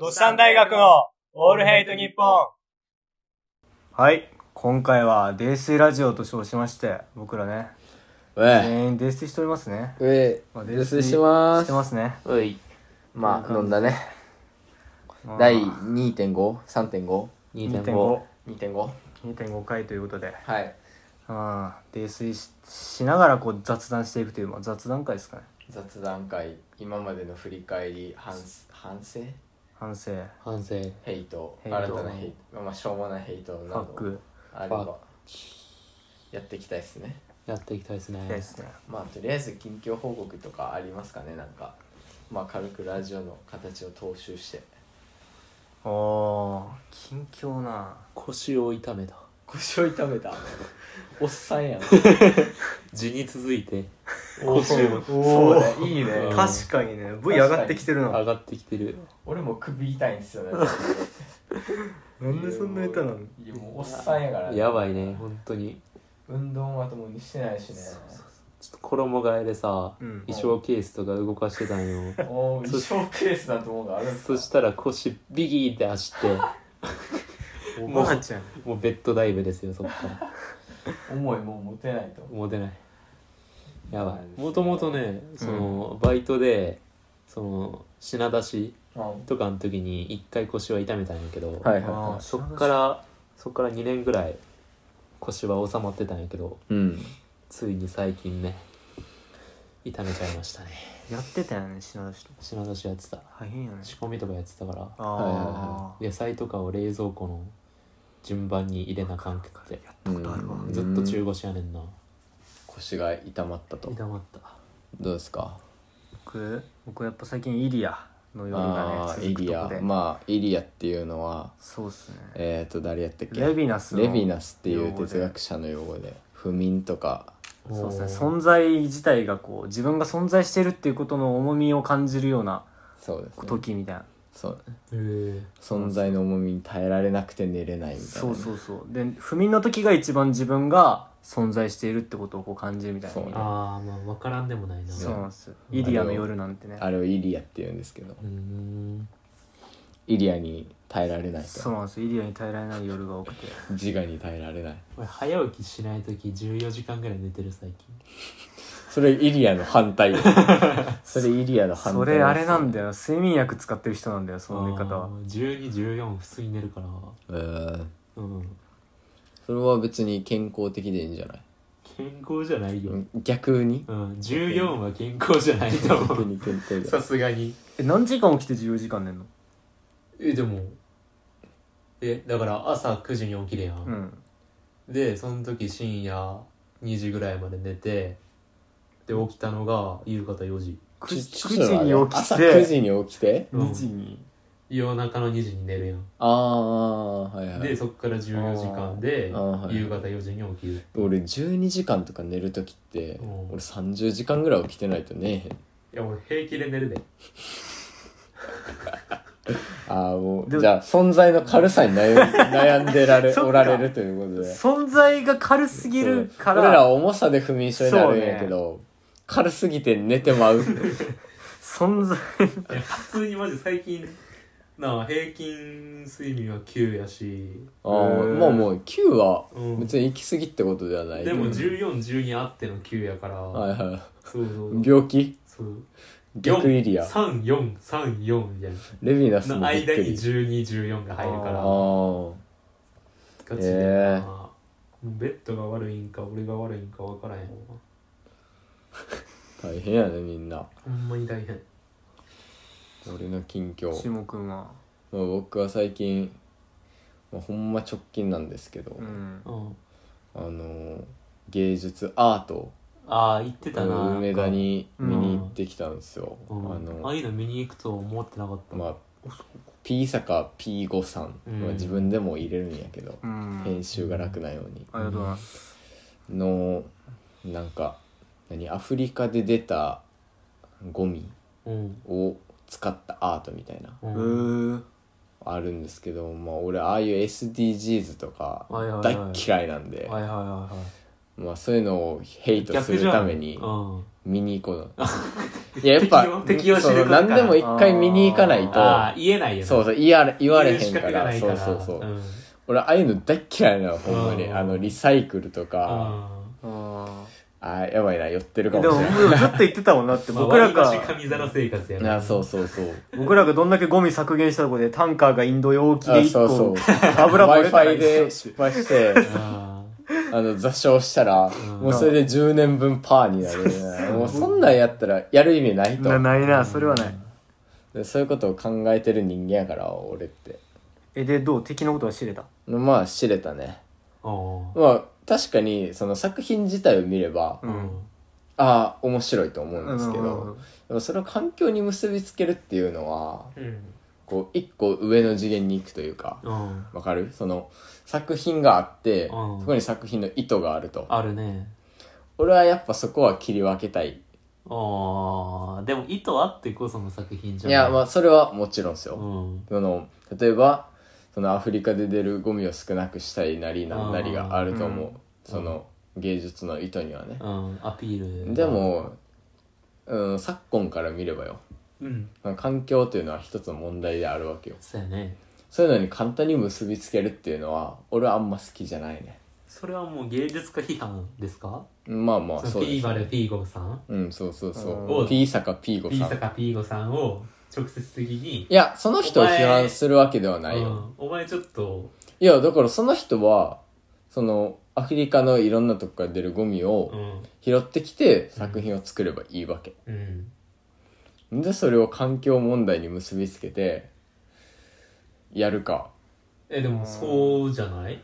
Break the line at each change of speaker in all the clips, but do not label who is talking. ドシタン大学のオールヘイト日本。
はい。今回は、泥酔ラジオと称しまして、僕らね、
うえ
全員泥酔しておりますね。
うえ
まあ
泥酔してま
して
す
ますね。
ういまあ飲んだね
まあ
第2.53.52.5 2.5
2.5回ということで、
はい
まあ、泥酔ししながらこう雑談していくという、まあ、雑談会ですかね。
雑談会今までの振り返り反反省
反省、
反省
ヘイト
ヘイ
新
ト
たなヘイトまあしょうもないヘイト
フ
な
ァッ
ど
ク、
あれ
ファッ
ばやっていきたいですね
やっていきたいですね
ですね。
まあとりあえず近況報告とかありますかねなんかまあ軽くラジオの形を踏襲して
おー、近況な。
腰を痛めた
腰を痛めたおっさんやな
字に続いて
お
そうだ
ー、
いいね
うん
確かにね、V 上がってきてる
上
な。
がってきてる
俺も首痛いんですよね
なんでそんな歌なの
いやもうおっさんやから、
やばいね本当に
運動もまともにしてないしね
ちょっと衣替えでさ、
うん
衣装ケースとか動かしてたんよ
おー衣装ケースなんてもんがあるんす
そ
か
したら腰ビギーって走って
おばあちゃん。
もうベッドダイブですよそっから
重いもん持てないと
持てないやば
そうなんです
い
よ
もともとねその、バイトでその品出しとかの時に一回腰は痛めたんやけど、
はい
あー
そっか。らそっから2年ぐらい腰は収まってたんやけど
うん
ついに最近ね痛めちゃいましたね
やってたよね、品出しとか。
品出しやってた
大変やね。
仕込みとかやってたから
あー。
野菜とかを冷蔵庫の順番に入れなあかんくて
たことあるわ
ずっと中腰やねんな
腰が痛まったと
痛まった
どうですか
僕僕やっぱ最近イリアの夜が
あ
ね
ーイ
続く
リ
とこ
ア
で、
まあイリアっていうのは
そうっすね
えっ、ー、と誰やったっけ
レヴィナスの
レヴィナスっていう
用語で
哲学者の用語で不眠とか
そうですね
おー
存在自体がこう自分が存在してるっていうことの重みを感じるような
そうですね
時みたいな、
そう
へ
存在の重みに耐えられなくて寝れないみたいな
そうそうそうで不眠の時が一番自分が存在しているってことをこう感じるみたいな
そう
意味
ー
で
ああまあ分からんでもないな
そう
う
なんですイリアの夜なんてね
あれをイリアって言うんですけど
ーん
イリアに耐えられない
そう
と
なんですイリアに耐えられない夜が多くて
自我に耐えられない
俺早起きしない時14時間ぐらい寝てる最近
それイリアの反対それイリアの反対
それあれなん
よ
だよ睡眠薬使ってる人なんだよその寝方は
1214普通に寝るから
えー
うん
それは別に健康的でいいんじゃない
健康じゃないよ、うん
逆に
14は健康じゃないと思
逆
う
に健康じゃ
さすがに
え何時間起きて14時間寝んの
えでもえだから朝9時に起きるや、
うんん
でその時深夜2時ぐらいまで寝てで起きたのが夕方4時
9
ち
時
ちょっと待って
に起き
朝9
て
時に起きて
うん
2時に
夜中の2時に寝るやん
ああはいは
で
い
そっから14時間で
あーあーはい
夕方4時に起きる
俺12時間とか寝る時って
うん
俺30時間ぐらい起きてないとねえへん
いや俺平気で寝るで
ああも
で
う
も
じゃあ存在の軽さに悩悩んでられ
そっか
おられるということで
存在が軽すぎるから
俺らは重さで不眠症になるんやけど、軽すぎて寝てまう
存在
いや普通にマジ最近なあ平均睡眠は9やし
あーまあもう9は
うん
別に行き過ぎってことではない、
でも1412あっての9やから、
はいは
そうそ
い
う
病気
そう
逆イリア
3434やん
レヴィナス
の
もびっ
間
く
に
り
1214が入るか
あ
ら
ー
ガチで、
へえ
まあベッドが悪いんか俺が悪いんか分からへん
大変やねみんな
ほんまに大変
俺の近況、
しもくんは
まあ、僕は最近、まあ、ほんま直近なんですけど、
うん
うん
あのー芸術アート
ああ言ってたな
梅田に
うん
見に行ってきたんですよ、
うん
あ
あ
の
あいうの見に行くと思ってなかった、
まあ P 坂 P5 さんは自分でも入れるんやけど、
うん
編集が楽なように
ありがとうございます
のなんか何アフリカで出たゴミ
うん
を使ったアートみたいな
う
うんー
あるんですけどまあ俺ああいう SDGs とか
はいはいはい
大っ嫌いなんで
はいはいはいはい
まあそういうのをヘイトするために
逆じゃんうん
見に行こういややっぱ
適用 適用してる
そう
ことか
何でも一回見に行かない
ああ
と
言えないよね
そうそう言われ言われへんか
言う資格が
ら
ない
そうそうそう、
ん
俺ああいうの大っ嫌いなのほんまに
うん
あのリサイクルとか
あ
あーやばいな寄ってる
ー
か
で
もし
も
れない
もうずっと言ってたもん なって
まあ
僕らが
割り箸上皿生活や
あそうそうそう
僕らがどんだけゴミ削減したとこでタンカーがインド容器で
あ
1個
そうそう
油
w
漏
i
れ
f i
たら一緒
で失敗して
あー
あの座礁したらもうそれで10年分パーになるもうそんなんやったらやる意味ないと
なないなそれはない
でそういうことを考えてる人間やから俺って
えでどう敵のことは知れた
まあ知れたね
おー
まあ確かにその作品自体を見れば、
う
うんん
ああ面白いと思うんですけど、
うんうんうん
でもそれを環境に結びつけるっていうのは
うん
こう一個上の次元に行くというか
うん
わかるその作品があって、
うん
そこに作品の意図があると
あるね
俺はやっぱそこは切り分けたい
ああでも意図あってこその作品じ
い
ゃない
やまあそれはもちろんですよ、
うん
その例えばそのアフリカで出るゴミを少なくしたりなりなんなりがあると思う、
うん
その芸術の意図にはね、
うんアピール
でも、うん、昨今から見ればよ
うん
環境というのは一つの問題であるわけよ
そうやね
そういうのに簡単に結びつけるっていうのは俺はあんま好きじゃないね
それはもう芸術家批判ですか
まあまあ
そ
そ
の
う
ピ
で
ー
す
バル
ね
P ゴさん
うんそうそうそ
お
う
う
P 坂 P 五
P
さん
坂 P ゴさんを直接的に
いやその人を批判するわけではないよ、
うんお前ちょっと
いやだからその人はそのアフリカのいろんなとこから出るゴミを
うん
拾ってきて作品を作ればいいわけ、
うん
でそれを環境問題に結びつけてやるか
えでもそうじゃない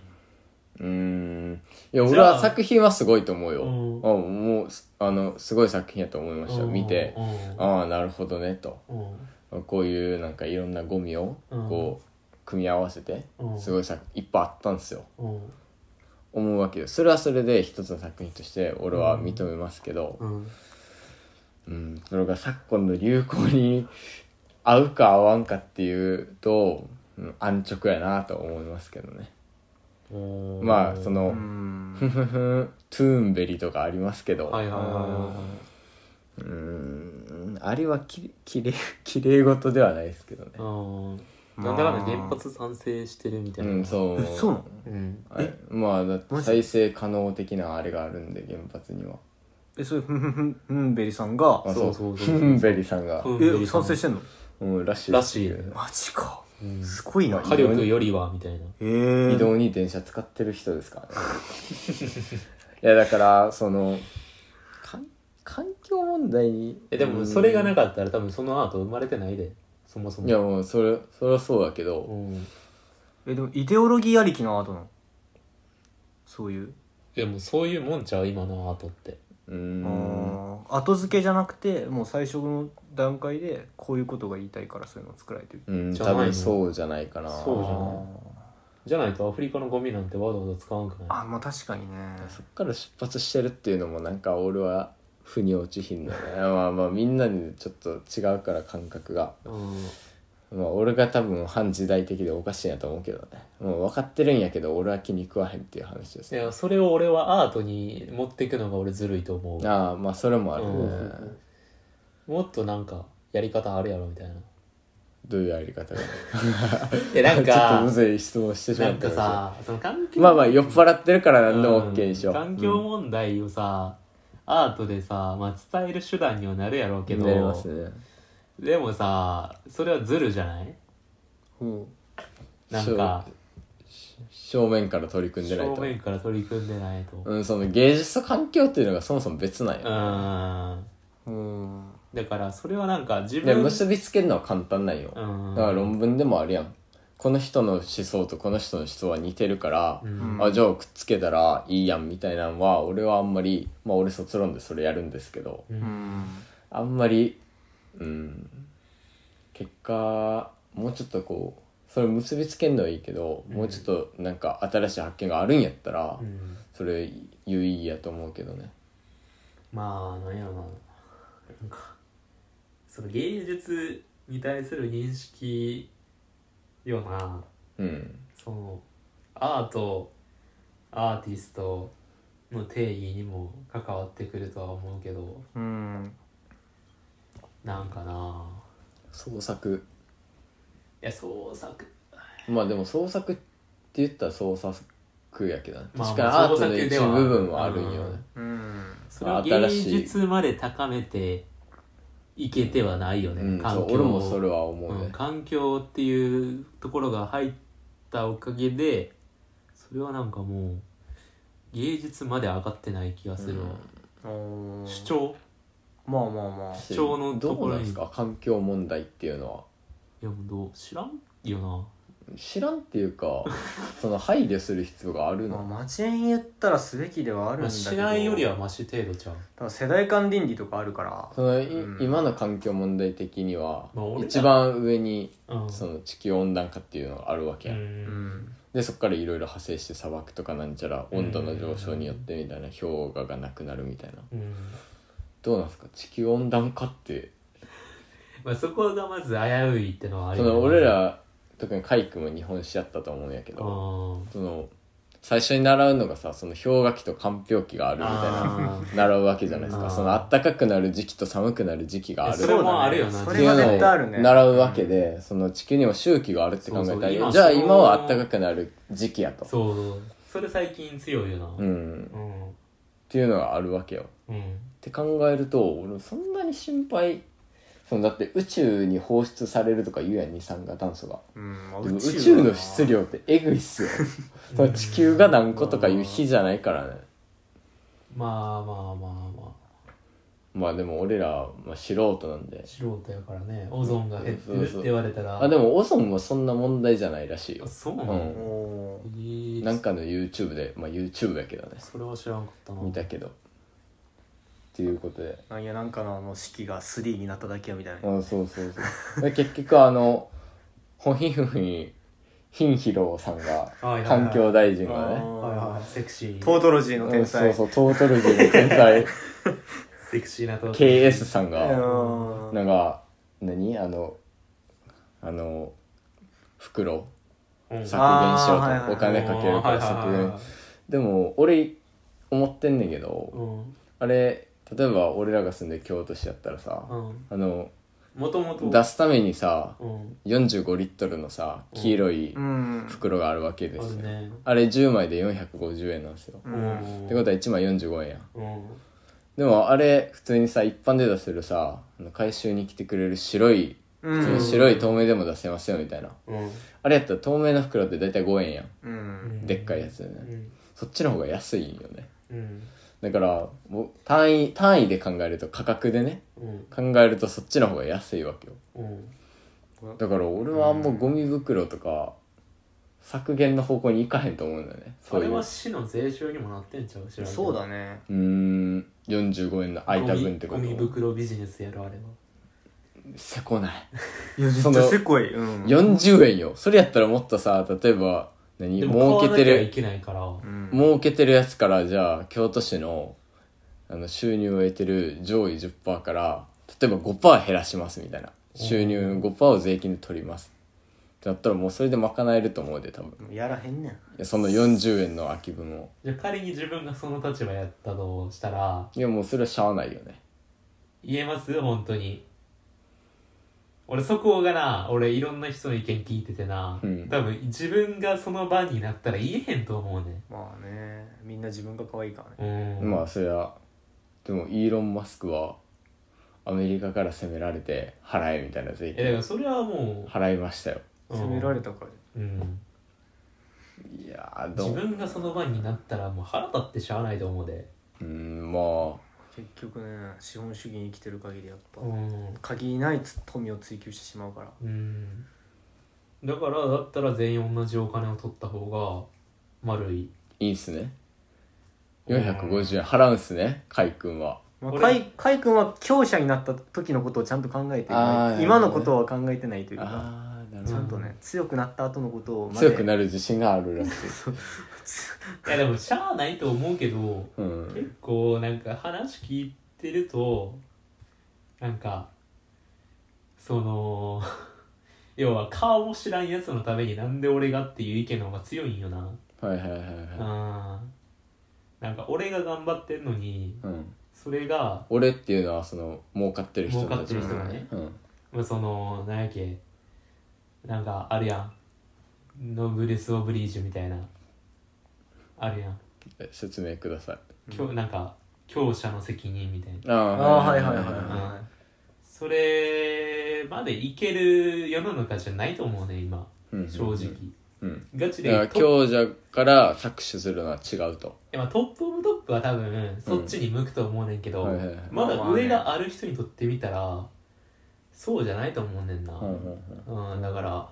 う
ーんいや
じゃあ
俺は作品はすごいと思うよ、
うん
あもうすあのすごい作品やと思いました見て
うん
ああなるほどねと
うん
こういうなんかいろんなゴミを
うん
こう組み合わせて
うん
すごい作いっぱいあったんですよ
うん
思うわけよそれはそれで一つの作品として俺は認めますけど、
うん
うん、それが昨今の流行に合うか合わんかっていうと、うん安直やなと思いますけどねまあその、
うん
トゥーンベリーとかありますけど、
はいはいはいは
うーんあれはききれい きれい事ではないですけどね
いうんなんだかんだ原発賛成してるみた
う
いなん
そう
え そうなの
うん
あれまあだって
マジ
再生可能的なあれがあるんで原発には
えそれふんふんふんふんべりさんが
あ
そうそうそう
トゥーン ベリーさんが、
うん
え賛成してんの
うん、らしい
らしい
マジか
うん
すごいな
火力よりはみたいな
えー
移動に電車使ってる人ですからね いやだからそのかん環境問題に
えでもそれがな
か
かったら多分その後生まれてないでそもそも
いやもうそれそれはそうだけど、
うん
えでもイデオロギーありきのアートなのそういう
でもそういうもんちゃう今のアートって
うーん
あー後付けじゃなくてもう最初の段階でこういうことが言いたいからそういうのを作られてる
うん、
じゃない
多
の
分そうじゃないかな
そうじゃないじゃないとアフリカのゴミなんてわざわざ使わんくない
あまあ確かにね
そっから出発してるっていうのもなんか俺は腑に落ちひんだよねまあまあみんなにちょっと違うから感覚が
うん
まあ俺が多分反時代的でおかしいんやと思うけどねもう分かってるんやけど俺は気に食わへんっていう話です
い
ね
やそれを俺はアートに持っていくのが俺ずるいと思う
ああまあそれもあるね、
うんもっとなんかやり方あるやろみたいな
どういうやり方が
いや なん
ちょっとむ
か
ずい質問してしま
な
っ
ん
た
か
けど
さその環境
まあまあ酔っ払ってるから何でも
うん
OK にしよう、
環境問題をさ、アートでさ、まあ、伝える手段にはなるやろうけど
なりますね
でもさそれはズルじゃない
ほ
なんか
正面から取り組んでないと
正面から取り組んでないと
うん、その芸術と環境っていうのがそもそも別なんよ、
うん
ううん
だからそれはなんか自
で
分
結びつけるのは簡単なんよ、
う
だ
ん
から論文でもあるやんこの人の思想とこの人の思想は似てるから、
うん
あじゃあくっつけたらいいやんみたいなのは俺はあんまりまあ俺卒論でそれやるんですけど
うん
あんまりうん結果もうちょっとこうそれ結びつけんのはいいけど、もうちょっとなんか新しい発見があるんやったら、
うん
それ有意義やと思うけどね
まあなんやろななんかその芸術に対する認識よな
うん
そのアートアーティストの定義にも関わってくるとは思うけど
うん
なんかなあ
創作
いや創作
まあでも創作って言ったら創作やけどね
まあ
確かに
まあ
アートの
創作
一
では
部分はあるんよ
う
ね
ん
うん
それは
新
芸
しい
術まで高めていけてはないよね、
うん
環
そ
境
う俺もそれは思う
うん
ね
環境っていうところが入ったおかげでそれはなんかもう芸術まで上がってない気がするわ、
おー
主張
まあまあまあ
し
主張のと
ど
こ
う
ろに
なんですか環境問題っていうのはい
やもうどう知らんよな
知らんっていう かその配慮する必要がある
まあ
の
町園言ったらすべきではあるん
ま
だ
あ
けど、
しないよりはマシ程度ちゃう
多分世代間倫理とかあるから
そのい
うん
今の環境問題的には
まあ俺ら
一番上に
うん
その地球温暖化っていうのがあるわけや、
うんん
でそこからいろいろ派生して砂漠とかなんちゃら
うん
温度の上昇によってみたいな氷河がなくなるみたいな
うん
どうなんですか地球温暖化って
まあ、そこがまず危ういってのはある
そ
よね
の俺ら特にカイ君も日本史やったと思うんやけ
う
ど
ん
その最初に習うのがさその氷河期と間氷期があるみたいな
あ
習うわけじゃないです
あ
か
ー
その暖かくなる時期と寒くなる時期がある
それもあるよな
そうだ
っ
ね
て
それ
い
は
う
絶対ある
の
ね
を習うわけで、その地球にも周期があるって考えたら
そうそう今
じゃあ
その
今は暖かくなる時期や
ー
と
そうそれ最近強いよな
う、ん、っ
うん
ていうのがあるわけよっ
うん
て考えると俺そんなに心配そのだって宇宙に放出されるとか言うやん二酸化炭素が
うんまあ
でも宇
は
宙の質量ってえぐいっすよ その地球が何個とかいう日じゃないからね
まあまあまあま
まあでも俺ら、まあ、素人なんで
あ素人やからねオゾンが減ってるって言われたら
あでもオゾンもそんな問題じゃないらしいよ
あ、そうな
う
の、
ん、
おー
えー
なんかの YouTube でまあ YouTube やけどね
それは知らんかったな
見たけどっていうことで
なんやなんかのあの式が3になっただけやみたいな、
うんそうそうそうで結局あのホヒフヒヒンヒローさんが
はいはいはい
環境大臣がね
はい
あ
はいセクシ
ー
ー
トートロジー
う
の
ん
天才、
そうそうトートルジーの天 才
セクシーなと
KS さん
う
が
ん
なんか何あのあの袋削
うん
減しよう
あーはいはい
とお金かけるから
はい
削
はいはい
減
はい
でも俺思ってんねんけど
うん
あれ例えば俺らが住んでる京都市やったらさ
うん
あの
もともと
出すためにさ
うん
45リットルのさ黄色い
うん
袋があるわけで
あ
す
る
よ、
ね
あれ10枚で450円なんですよ、
う
うんん
ってことは1枚45円やん
うん
でもあれ普通にさ一般で出せるさあの回収に来てくれる白い
うん
その白い透明でも出せますよみたいな、
うん
あれやったら透明な袋って大体5円やん、
うん
でっかいやつよね、
うん
そっちの方が安いんよね
うん
だからもう単位単位で考えると価格でね
うん
考えるとそっちの方が安いわけよ
うん
だから俺はあんまゴミ袋とか削減の方向に行かへんと思うんだよね
それ
ういう
は市の税収にもなってんちゃう知らんけど
そうだね
うーん45円の空いた分ってこ
ゴミゴミ
と
袋ビジネスやろあれは
せこない
いやめっち
そ
ゃ
の
せこいうん
40円よそれやったらもっとさ例えば何
で
儲
も
け
買わ
て
なきゃい
る
けないから
うん
儲けてるやつからじゃあ京都市のあの収入を得てる上位10%から例えば5%減らしますみたいな収入5%を税金で取りますってなったらもうそれで賄えると思うで多分い
やらへんねん
やその40円の空き分を
じゃあ仮に自分がその立場やったとしたら
いやもうそれはしゃあないよね
言えます本当に俺そこがな俺いろんな人の意見聞いててな、
うん
多分自分がその場になったら言えへんと思うね
まあねみんな自分が可愛いからね
うん
まあそりゃでもイーロン・マスクはアメリカから責められて払えみたいな税
えだか
金
らそれはも
払いましたよ
う
責められ
た、
たから
うん、
いやーど
自
う
分がその場になったらもう腹立ってしゃあないと思うで
うんま
結局ね資本主義に生きてる限りやっぱ
うん、
限りないつ富を追求してしまうから
うん、だからだったら全員同じお金を取った方が丸い
あいいっすね450円払うんすね海君は
まあ、
俺
かいかい君は強者になった時のことをちゃんと考えてる
あ
よ
ー
ね今のことは考えてないというか
ああなる
ちゃ
ほ
ん
ど
とね強くなった後のことをまで
強くなる自信があるらしい
いやでもしゃあないと思うけど
うん
結構なんか話聞いてるとなんかその 要は顔も知らんやつのためになんで俺がっていう意見の方が強いんよな
はいはいはいはい
あなんか俺が頑張ってんのに
うん、
それが
俺っていうのはその儲かってる人
儲か
た
って
ち
る人がね、
うん
まあ、そのなんやっけなんかあるやんノブレス・オブリージュみたいなあるやん
え説明ください
教、なんか強者の責任みたいな
あ
あ
あ
あーはいはいはいは
それまでいける世の中じゃないと思うね今
い、うん、
正直、
うん
ガチで
だから
トップ
強者から搾取するのは違うと
いやまあトップオブトップは多分そっちに向くと思うねんけど、
はいはいはい
まだ上がある人にとってみたらそうじゃないと思うねん
う
な、
んうんうん
うん、だから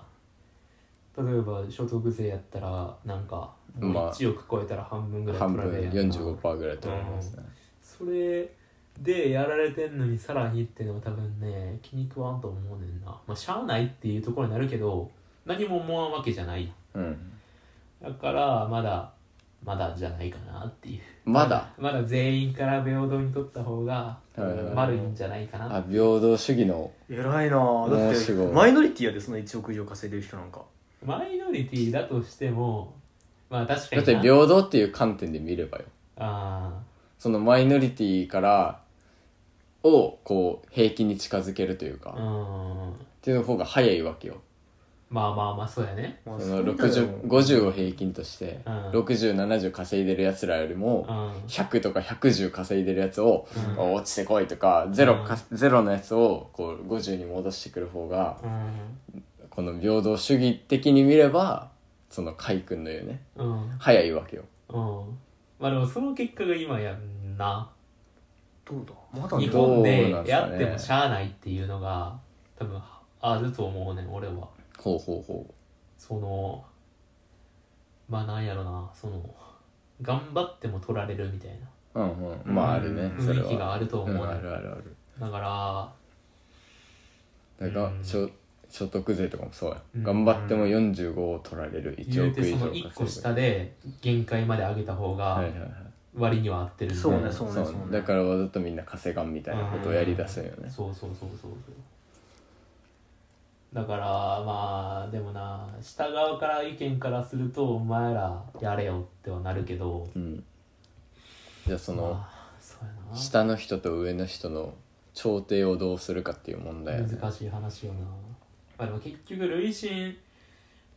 例えば所得税やったらなんか
まあ
1億超えたら半分ぐらい
半
取ら
分
れるやんな
45%ぐらい取られますね、
それでやられてんのにさらにってのは多分ね気に食わんと思うねんなまあしゃあないっていうところになるけど何も思わんわけじゃない
うん、
だからまだまだじゃないかなっていう
まだ
まだ全員から平等に取った方が
はいはいはい
悪いんじゃないかな
あ平等主義の
い偉いなあだ
もう
っ
す
て
ごい
マイノリティやでその1億以上稼いでる人なんか
マイノリティだとしてもまあ確かに
だっ
な
て平等っていう観点で見ればよ
ああ
そのマイノリティからをこう平均に近づけるというか、
う
っ
ん
ていうの方が早いわけよ
まあまあまあそうやね
まあ
その
うだよ
60 50を平均として、
うん
6070稼いでるやつらよりも、
うん
100とか110稼いでるやつを、
うん
落ちてこいとかゼロか、
う
ゼロのやつをこう50に戻してくる方が、
う
この平等主義的に見ればその海君のようね
んうん
早いわけよ
うんまあでもその結果が今やんな
どうだまだ
日
ね
ど
本
うなんすか
で
ね
やってもしゃあないっていうのが多分あると思うねん俺は
ほうほうほ
そのまあなんやろなその頑張っても取られるみたいな
ううんうんまああるねそれ
雰囲気が
は
あると
う
思うね
んあ
ん
るあるある
だから
だから、
うん
所所得税とかもそうや、
うん
頑張っても45を取られる1
言う
億以
てそ
上
の
稼
1個
ぐ
下で限界まで上げた方
はい
が
はいはい
割には合ってるんで
そうねそうねそうね
だからわざとみんな稼がんみたいなことをやりだすんよね
そうそうそうそうそうだからまあでもな下側から意見からするとお前らやれよってはなるけど
うんじゃあその
まあそうやな
下の人と上の人の調停をどうするかっていう問題やね
難しい話よな、まあ、でも結局累進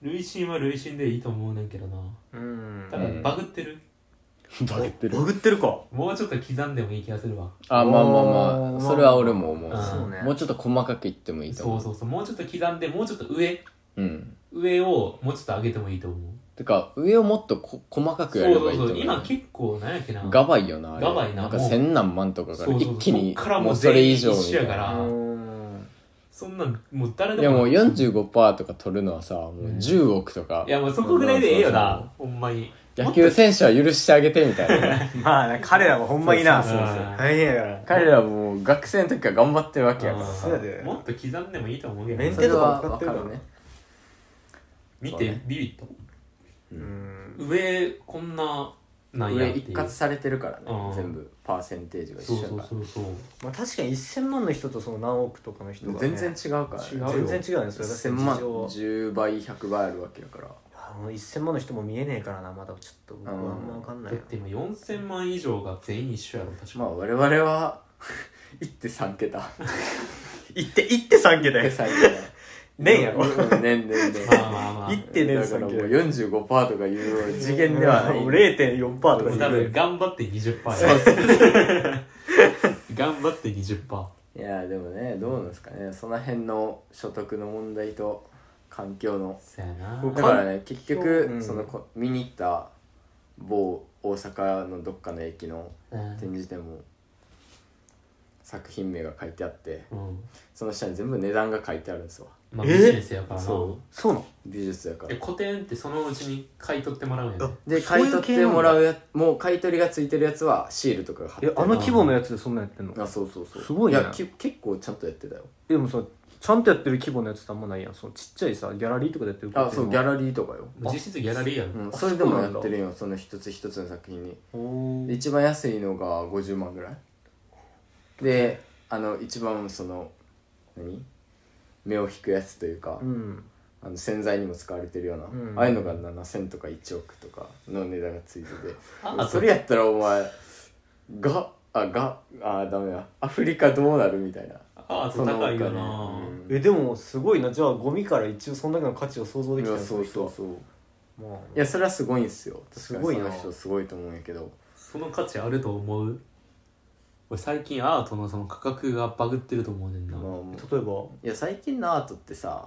累進は累進でいいと思うねんけどな
うん
ただバグってる、
バグってる
バグってるか
もうちょっと刻んでもいい気がするわ
あまあまあま
お
あ
ー
それは俺も思う、
まあまあ
そうね
もうちょっと細かく言ってもいいと
そ
思う
うそうそうもうちょっと刻んでもうちょっと上
うん
上をもうちょっと上げてもいいと思う
てか上をもっとこ細かくや
そう
ればい
そ
ういと
そ
思う
う今結構なんやっけな
ガバいよなあれ
ガバいなん
か
もう
千何万とかから
そうそうそう
一気に
そっからもう
もうそれ以上
全員一緒や
みたい
から
な
あー
うん
そんなんもう誰
い
で
や
も
もう45%とか取るのはさもう10億とか
いやもうそこぐらいでええよ
そう
なほんまに
野球選手は許してあげてみたいな
まあね彼らはほんまにな
そうそうそうそう
大変やから
彼らはもう学生の時から頑張ってるわけやから
そうやで
もっと刻んでもいいと思うけど
メン
そ
テ
れ
と
は
か使
分
って
か
る
るね
見
そう
て
ね
ビビった
うん
上こんななんや
上
って
一
いう
括されてるから
う
ね
ん
全部パーセンテージが一
そう
緒や
そ
か
う
ら
そうそう
まあ確かに1000万の人とその何億とかの人がね
全然違うからね
違う
全然違うねそれは
1000万
事情は
10倍100倍あるわけだから
あの1000万の人も見えねえからなまだちょっと僕はあんま分かんな
だっ
いよ
て今4000万以上が全員一緒やろ確か
まあ我々は 1.3桁
行って行って3桁や
1.3
年や
ろ
ろ
年年年
まあまあまあ
行ってね
だからもう45%とかいう次元で
で
は
は
ない
0.4%と
も
か
う
で
多分頑張って20%や頑張って20%
いやでもねどうなんですかねその辺の所得の問題と環境の
そやな
僕
だからね結局、
うん
そのこ見に行った某大阪のどっかの駅の
うん
展示展も作品名が書いてあって
うん
その下に全部値段が書いてあるんですわ
まあ
え
ビジネスやからな
そ
そうなの
美術やから
え古典ってそのうちに買い取ってもらうんやね
で
そう
買
い
いう取
系
っ
なん
て
だ
もらうやもう買い取りがついてるやつはシールとかが貼って
えあの規模のやつでそんなんやってんの
あそうそうそう
すごいね
やき結構ちゃんとやってたよ
でもさちゃんとやってる規模のやつってあんまないやんそのちっちゃいさギャラリーとかでやってる
あそうギャ
ラ
ラリーとかよ、
実質ギャラリーやろ
うん、
あ
それでも
そう
や
なんだ
ってるよその一つ一つの作品に
お
で
ー
一番安いのが50万ぐらいであの一番その何目を引くやつというか、
うん
あの洗剤にも使われてるような、
うん
ああいうのが7000とか1億とかの値段がついて
あ
てそれやったらお前があがあダメだアフリカどうなるみたいな
ああ
そのお
高
金
いよな
うん
えでもすごいなじゃあゴミから一応そんだけの価値を想像でき
い
た
や
よ
そうそうそう
まあ
いやそれはすごいんすよ
すごいな
確かにその人すごいと思うんやけど
その価値あると思う俺最近アートのその価格がバグってると思うねんな、
まあもう
例えば
いや最近のアートってさ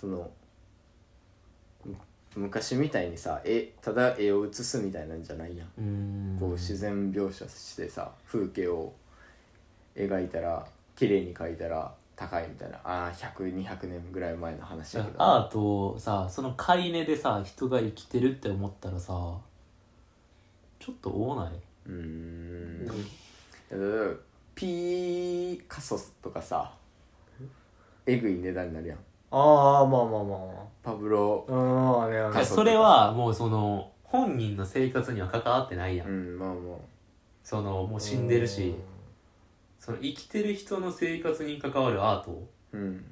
そのむ昔みたいにさ絵ただ絵を写すみたいなんじゃないやん
うーん
こう自然描写してさ風景を描いたら綺麗に描いたら高いみたいなあ100200年ぐらい前の話だけど
アートをさその買い値でさ人が生きてるって思ったらさちょっと多ないう
ーん例えばピカソとかさえぐい値段になるやん
ああまあまあまあま
パブロ
あうんあれあ
いや
れ
仮想
それはもうその本人の生活には関わってないやん、
うんまあも
そのもう死んでるしその生きてる人の生活に関わるアート
ううん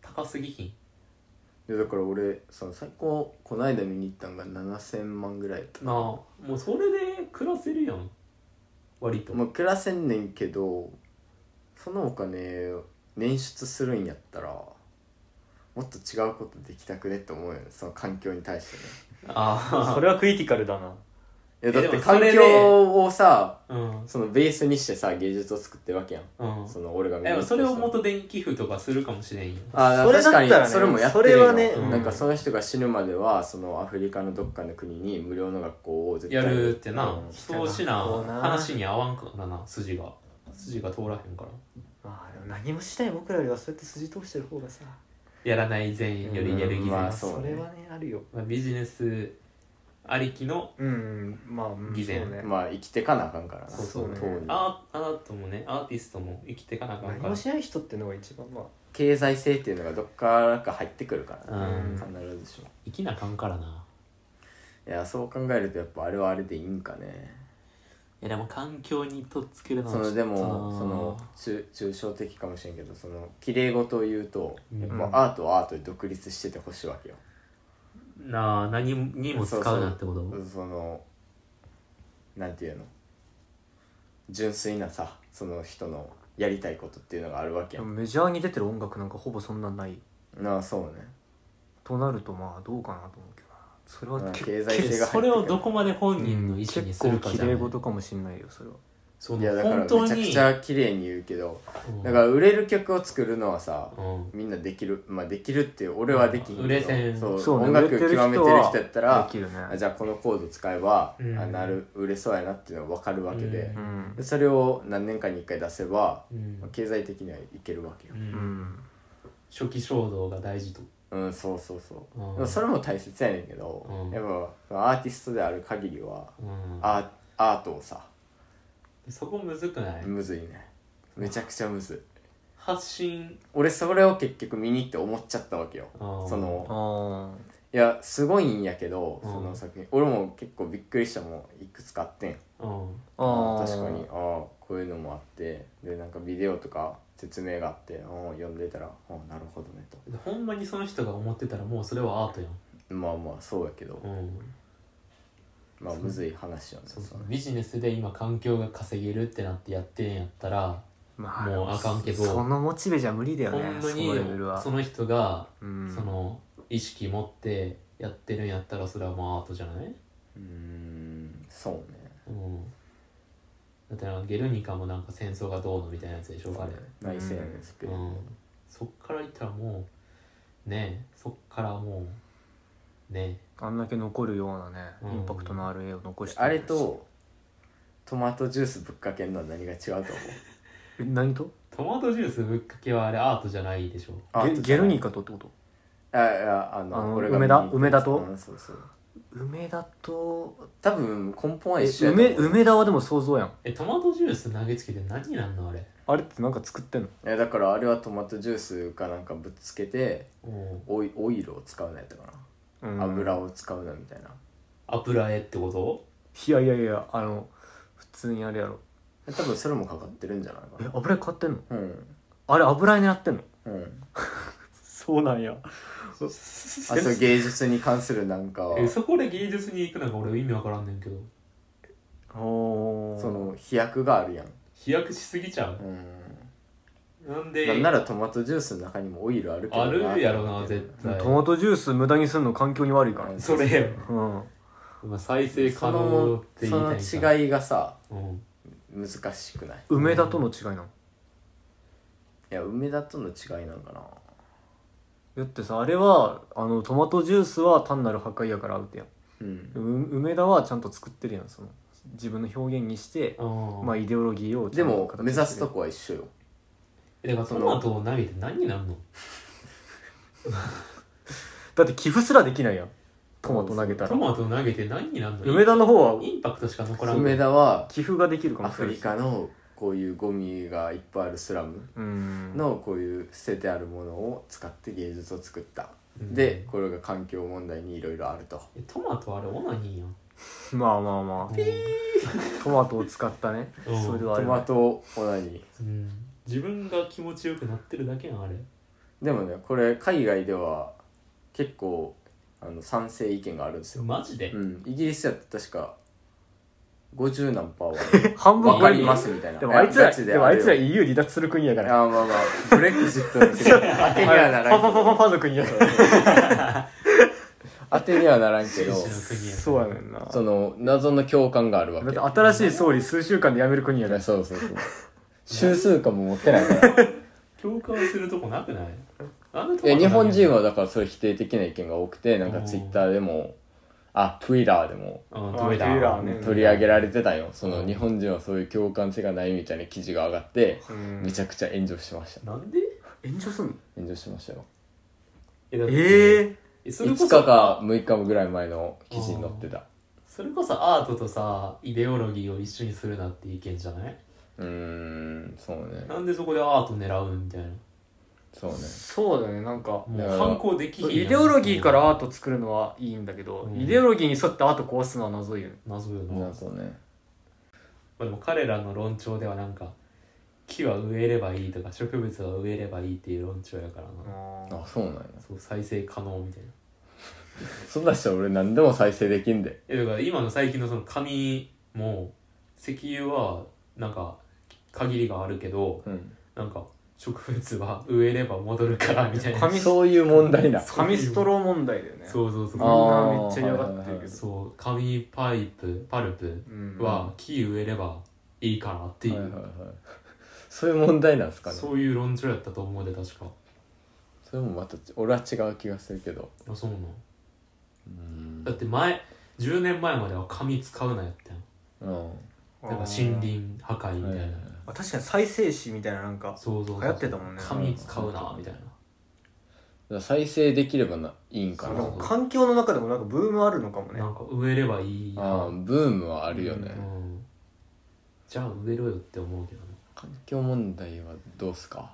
高すぎひん
いやだから俺さ最高こないだ見に行ったんが7000万ぐらいやった
なあもうそれで暮らせるやん割と、
まあ暮らせんねんけどそのお金捻出するんやったらもっと違うことできたくねって思うよねその環境に対してね
あ
それはクリティカルだない
やだっ
で
て
もそ
環
れで
境をさ
あうん
そのベースにしてさ芸術を作ってるわけやん
うん
その俺が見に行っ
でも
た
それを
人
元電気付とかするかもしれんよ
あ
そ
そ
れだ
れ
った
確か
らね
にそれもやってるよ
それはねうん
なんかその人が死ぬまではそのアフリカのどっかの国に無料の学校を絶
や
対
るってな、
うん
そうしな
そうな
話に合わんからな筋が筋が通らへんから
まあでも何もしない僕らよりはそうやって筋通してる方がさ
やらない全員よりや
う
る偽
ん
善、
ま
ま
あ
あ
そうね
れはねあるよ
ビジネスありきの
うんまあうん
偽善
そうね
まあ生きてかなあかんからな
そう
そうね
当に
アーアートもねアーティストも生きていかなあかんか
何
ら
もしない人ってのが一番まあ
経済性っていうのがどっからか入ってくるからね、
うん
必ずしも
生きなあかんからない
やそう考えるとやっぱあれはあれでいいんかね
いやでも環境にとっつけるのは
そのでも
ちょっ
その中抽象的かもしれんけどその綺麗事を言うと
うん
やっぱアートはアートで独立しててほしいわけよ、
とななあ何にも使うなってこと
そのなんていうの純粋なさその人のやりたいことっていうのがあるわけやん、
メジャーに出てる音楽なんかほぼそんなんない
なあそうね
となるとまあどうかなと思うけどなそれは
まあ
結
経済性が入ってくる
それをどこまで本人の意思に
結
する
構
か
綺
じゃな
麗
い
事かもしんないよそれは
そ
い
の
やだからめ
本
ち
当
ゃく
に
ちゃ綺麗に言うけど
うん
だから売れる曲を作るのはさ、
うん
みんなできるまあできるっていう俺はできひんけ
売れ
ど
てん
そう
そうね
音楽
売れて
極
る人は
めてる人やったら
できるね
あじゃあこのコード使えば、
うん
あなる売れそうやなっていうのは分かるわけで
う,、ん
でそれを何年かに1回出せば、
うん
まあ経済的にはいけるわけよ
う、
うんん
初期衝動が大事と
うんそうそうそう、
うん
でもそれも大切やねんけど、
うん
やっぱアーティストである限りは、
うん
アアートをさ
そこむずくない
むずいねめちゃくちゃむずい
発信
俺それを結局見に行って思っちゃったわけよ、
うん
その、
あ
いやすごいんやけど、
うん
その作品俺も結構びっくりしたもんいくつかあってん
うん
あああ
確かにああこういうのもあってでなんかビデオとか説明があってああ読んでたらああなるほどねと
ほんまにその人が思ってたらもうそれはアートやん、
まあまあそうやけど、
うん、
まあむずい話やね
そう
そ
そう
れ
ビジネスで今環境が稼げるってなってやってんやったら、
ま
もうあかんけど
そのモチベじゃ無理だよ
ほ
ね
んま
そ
に
のレベルは
その人が、
うん
その意識持ってやってるんやったらそれはまあアートじゃない、
うーんそうね
うん、だってなんかゲルニカもなんか戦争がどうのみたいなやつでしょあれ、
内政やねんですけ
う
ど、
ん、そっからいったらもうねえそっからもうね
あんだけ残るようなね
うん
インパクトのある絵を残してるし
あれとトマトジュースぶっかけんのは何が違うと思う
え何と
えトマトジュースぶっかけはあれアートじゃないでしょ
アー
ゲ
トじ
ゲ
ゃな
ル
い
ニカとってこと
あああの
あの
俺が
梅田
見に行った
梅田と
うんそうそう
梅田と
多分根本は
え
一緒やと思
梅
う
梅田はでも想像やん
えトマトジュース投げつけて何になんのあれ
あれってなんか作ってんの
えだからあれはトマトジュースかなんかぶっつけて
うん
オイオイルを使うなやったか
うん
な油を使うなみたいな
油絵ってこと
いやいやいやあの普通にあれやろ
多分それもかかってるんじゃないか
え
な
油絵買ってんの
うん
あれ油絵狙ってんの
うん
そうなんや
あと芸術に関するなんかは
えそこで芸術に行くなんか俺意味わからんねんけど
おー
その飛躍があるやん
飛躍しすぎちゃう
うん
なんで
なんならトマトジュースの中にもオイルあるけど
あるやろな絶対
トマトジュース無駄にするの環境に悪いからね
それよ
うん
まあ再生可
そ
能
の
って言い
そ
たいんか
の
い、
違いがさ
うん、
難しくない
梅田との違いなの
いや梅田との違いなんかな
だってさあれはあのトマトジュースは単なる破壊やからアウトやん
うん
う梅田はちゃんと作ってるやんその自分の表現にして
あ
まあ
あ
イデオロギーをち
で
ゃん
も
形に
目
して
指すとこは一緒よ
えだからトマトのナビって何になるの
だって寄付すらできないやんトマト投げた
ト
ら
マト投げて何になるの
梅田の方は
インパクトしか残らん
梅田は
寄付ができるか
ア
もし
フ
れな
リ
い
カのこういうゴミがいっぱいあるスラム
うん
のこういう捨ててあるものを使って芸術を作った、
うん
でこれが環境問題にいろいろあると
えトマトあれオナニーやん
まあまあまあトマトを使ったね
うん
それではあ
ト
れ
マ
は
トをオナニー
うん自分が気持ちよくなってるだけやんあれ
でもねこれ海外では結構あの賛成意見があるんですよ、
マジで、
うん、イギリスだと確か50何パーは
半分
分かりますすみたいな
でもあいつら
ガチ
でもあいつら
あるよ
EU 離脱する国やから
あーまあまあブレクジットだけど当てにはならん
パパ
け
パパ
ど
パの国やか
当てにはならん けど
紳士の
ら
国や
そうやねんなだ
その謎の共感があるわけ
って新しい総理数週間で辞める国やから
そうそうそう 周数かも持ってないから
共感するとこなくないあのトマト投げ
え
る
日本人はだからそれ否定的な意見が多くてなんかツイッターでもあツイラーでも
うん
あ
トイレ
トイレはね
取り上げられてたよそうの
ん
日本人はそういう共感性がないみたいな記事が上がってめちゃくちゃ炎上しました
なんで
炎上すんの
炎上しましたよ
えだって
ええ
えそれ
5
こ
日
そ
か6日ぐらい前の記事に載ってた
それこそアートとさイデオロギーを一緒にするなって意見じゃないう
ーんそうね
なんでそこでアート狙うんみたいな
そうね
そうだねなんか
も
だ
う
から
反抗できひんやん
イデオロギーからアート作るのはいいんだけど、
うん
イデオロギーに沿ってアート壊すのは謎いよね
謎よな、
な
ま
そうね
あ、でも彼らの論調ではなんか木は植えればいいとか植物は植えればいいっていう論調やからな、
あそうなんや
そう再生可能みたいな
そんな人俺何でも再生できんで
えだから今の最近のその紙も石油はなんか限りがあるけど
うん
なんか植物は植えれば戻る からみたいな
紙
そういう問題だ
紙ストロー問題だよね
そうそうそう
みん
あ
なめっちゃ嫌がってるけど
そう紙パイプパルプ
うん
は木植えればいいかなっていう、
はいはいはいそういう問題なんですかね
そういう論調やったと思うで確か
それもまた俺は違う気がするけど
あそうなんだって前10年前までは紙使うなやったやん
うん
だから森林破壊みたいな、
あ確かに再生紙みたいななんか
そうそうそう
流行ってたもんね
紙使うなみたいな
だから再生できればないいんか
なん
な
か
そ
も
う
う環境の中でもなんかブームあるのかもね
なんか植えればいいや
ああ
ん
ブームはあるよね、
うんじゃあ植えろよって思うけどね
環境問題はどうすか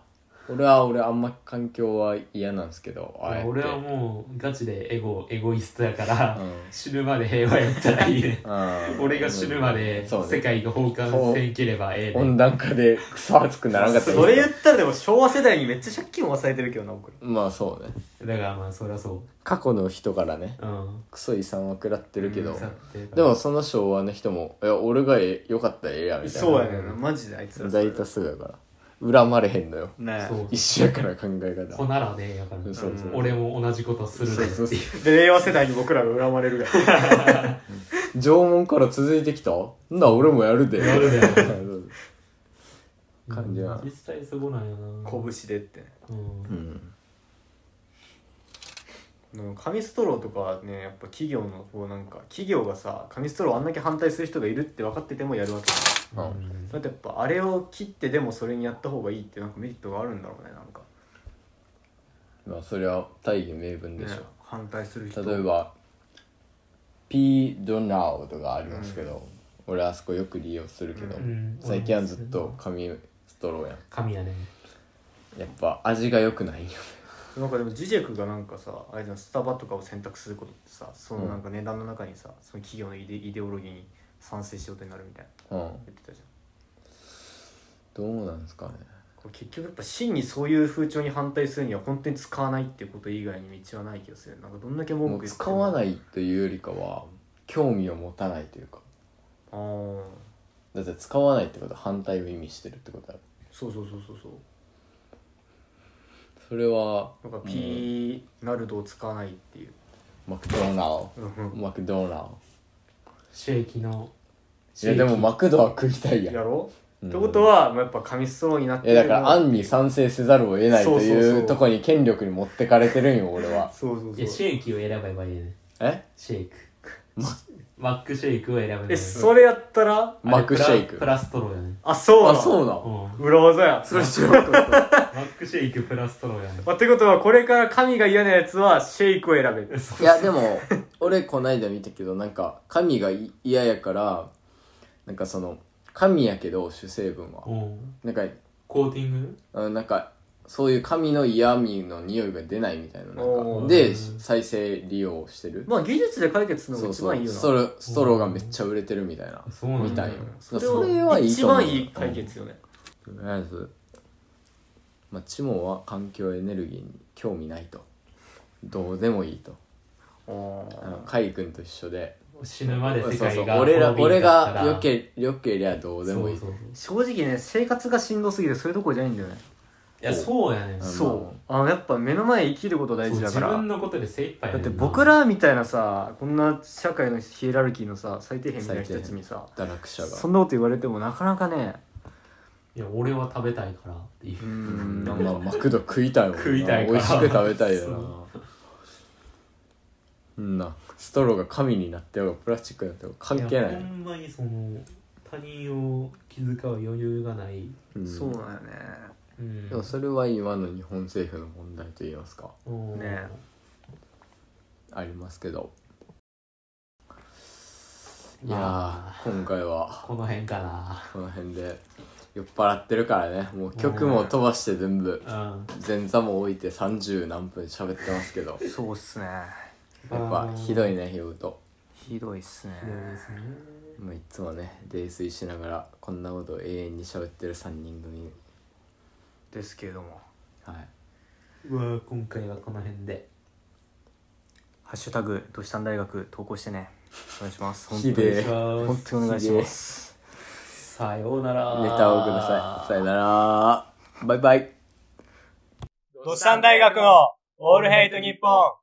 俺は俺あんま環境は嫌なんですけどああやって
俺はもうガチでエゴエゴイストやから、
うん
死ぬまで平和やったらいい ね
ああ
俺が死ぬまで
そうね
世界が崩壊せんければええね
温暖化でクソ暑くならなかったらいい
それ言ったらでも昭和世代にめっちゃ借金をされてるけどな僕ら
まあそうね
だからまあそりゃそ
過去の人からね
ううん
クソ遺産は食らってるけど、
うん
腐ってるから
でもその昭和の人も「いや俺がえ良かったらええやん」みたいな
そうやねんなマジであいつらそれ
大多数やから恨まれへんのよ
ね
そう
一緒やから考え
子
方
ならねやから、
そうそう
うん
俺も同じことするで
そうそう
で令和世代に僕らが恨まれるが
縄文から続いてきたんな俺もやるで
や るで
感じは
実際そこなんやな
拳でってね
う
う
ん
ん
でも紙ストローとかはねやっぱ企業のこうなんか企業がさ紙ストローあんだけ反対する人がいるって分かっててもやるわけだ
うん
うん
ってやっぱあれを切ってでもそれにやった方がいいってなんかメリットがあるんだろうねなんか
まあそれは大義名分
ね
でしょ、
反対する人
例えばピードナウドがありますけど、俺あそこよく利用するけど、
うん
最近はずっと紙ストローや
神やね
んやっぱ味が良くないよね
なんかでもジジェクがなんかさあれじゃんスタバとかを選択することってさそのなんか値段の中にさその企業のイデイデオロギーに賛成しようとになるみたいな
うん
言ってたじゃん
どうなんですかね
これ結局やっぱ真にそういう風潮に反対するには本当に使わないっていうこと以外に道はない気がするなんかどんだけ文
も
句
う
言って
使わないいというよりかは興味を持たないというか
あー
だって使わないってことは反対を意味してるってことだろ
そうそうそうそうそう
それは
なんか P ナルドを使わないっていう、
マクドナル
うん
ドマクドナル
シェイキの
ドいやでもマクドは食いたいやん
やろ
う
う、
ん
ってことは、まあ、やっぱ紙ストローになっ
い
て
や
る
だから
の
案に賛成せざるを得ない
そ
と
うそうそう
いうとこに権力に持ってかれてるんよ俺は
そうそう
いやシ
そう
ェイキを選べばいいね
え
シェイクマックシェイクを選べばいい
えそれやったら
あれ
マックシェイク
プラプラストローやね
あそうな
あ
の
そうな
う
ん
ん
裏技やそれ知らなかった
マックシェイクプラストローやね
まあ、ってことはこれから神が嫌なやつはシェイクを選べる
いやでも俺こないだ見たけどなんか神がい嫌やからなんかその神やけど主成分は
うん
なんか
コーティング
あなんかそういう神の嫌味の匂いが出ないみたいななん
お
か
ー
で再生利用してる
まあ技術で解決するの
そ
が
う
一
そう
番いいよな
ストロストローがめっちゃ売れてるみたいな
そうなん
みたいよ
うん
そ
それ
れ
は
はいい
一
と思う
番いい解決よね、
とりあえず、まあ、チモは環境エネルギーに興味ないとどうでもいいとあのカイ君と一緒で
死ぬまで世
そうそ
界
う
が
俺ら
滅び
俺
んかった
がよけよけりゃどうでもいい
そうそうそう
正直ね生活がしんどすぎてそういうとこじゃないんだよね
いやそうやね
うん
そうあのやっぱ目の前生きること大事だから
そう自分のことで精一杯や
だ
ね
っ
ん
て
な
僕らみたいなさこんな社会のヒエラルキーのさ最底辺みたいな人たちにさ
堕落者
そ
が
んなこと言われてもなかなかね
いや俺は食べたいからっていうう、
うん
ん
まあまあマクド食いたいもんな
食いたいか
美
ら
味しく食べたいよな
そ
うんなストローが紙になってようがプラスチックになってようが関係ない
やほんまにその他人を気遣う余裕がない、
うん
そうだよね
うん、
でもそれは今の日本政府の問題と言いますか
うん
ね
ありますけどい
ま
や
あ
ー今回は
この辺か
この辺で酔っ払ってるからねもう曲も飛ばして全部
なうん
前座も置いて30何分喋ってますけど
そうっすね
やっぱひどいね酔うと
ひどいっすね
ひどいですね
もういつもね泥酔しながらこんなことを永遠に喋ってる3人組
ですけれども
はい、
うわー今回はこの辺で
「ハッシュタグどしたん大学」投稿してねお願いします 本
ひ
当に
でえ
お願い
本
します
当にお願いします
さようなら
ネタをくださいさよならバイバイ
ドスタン大学のオールヘイト日本。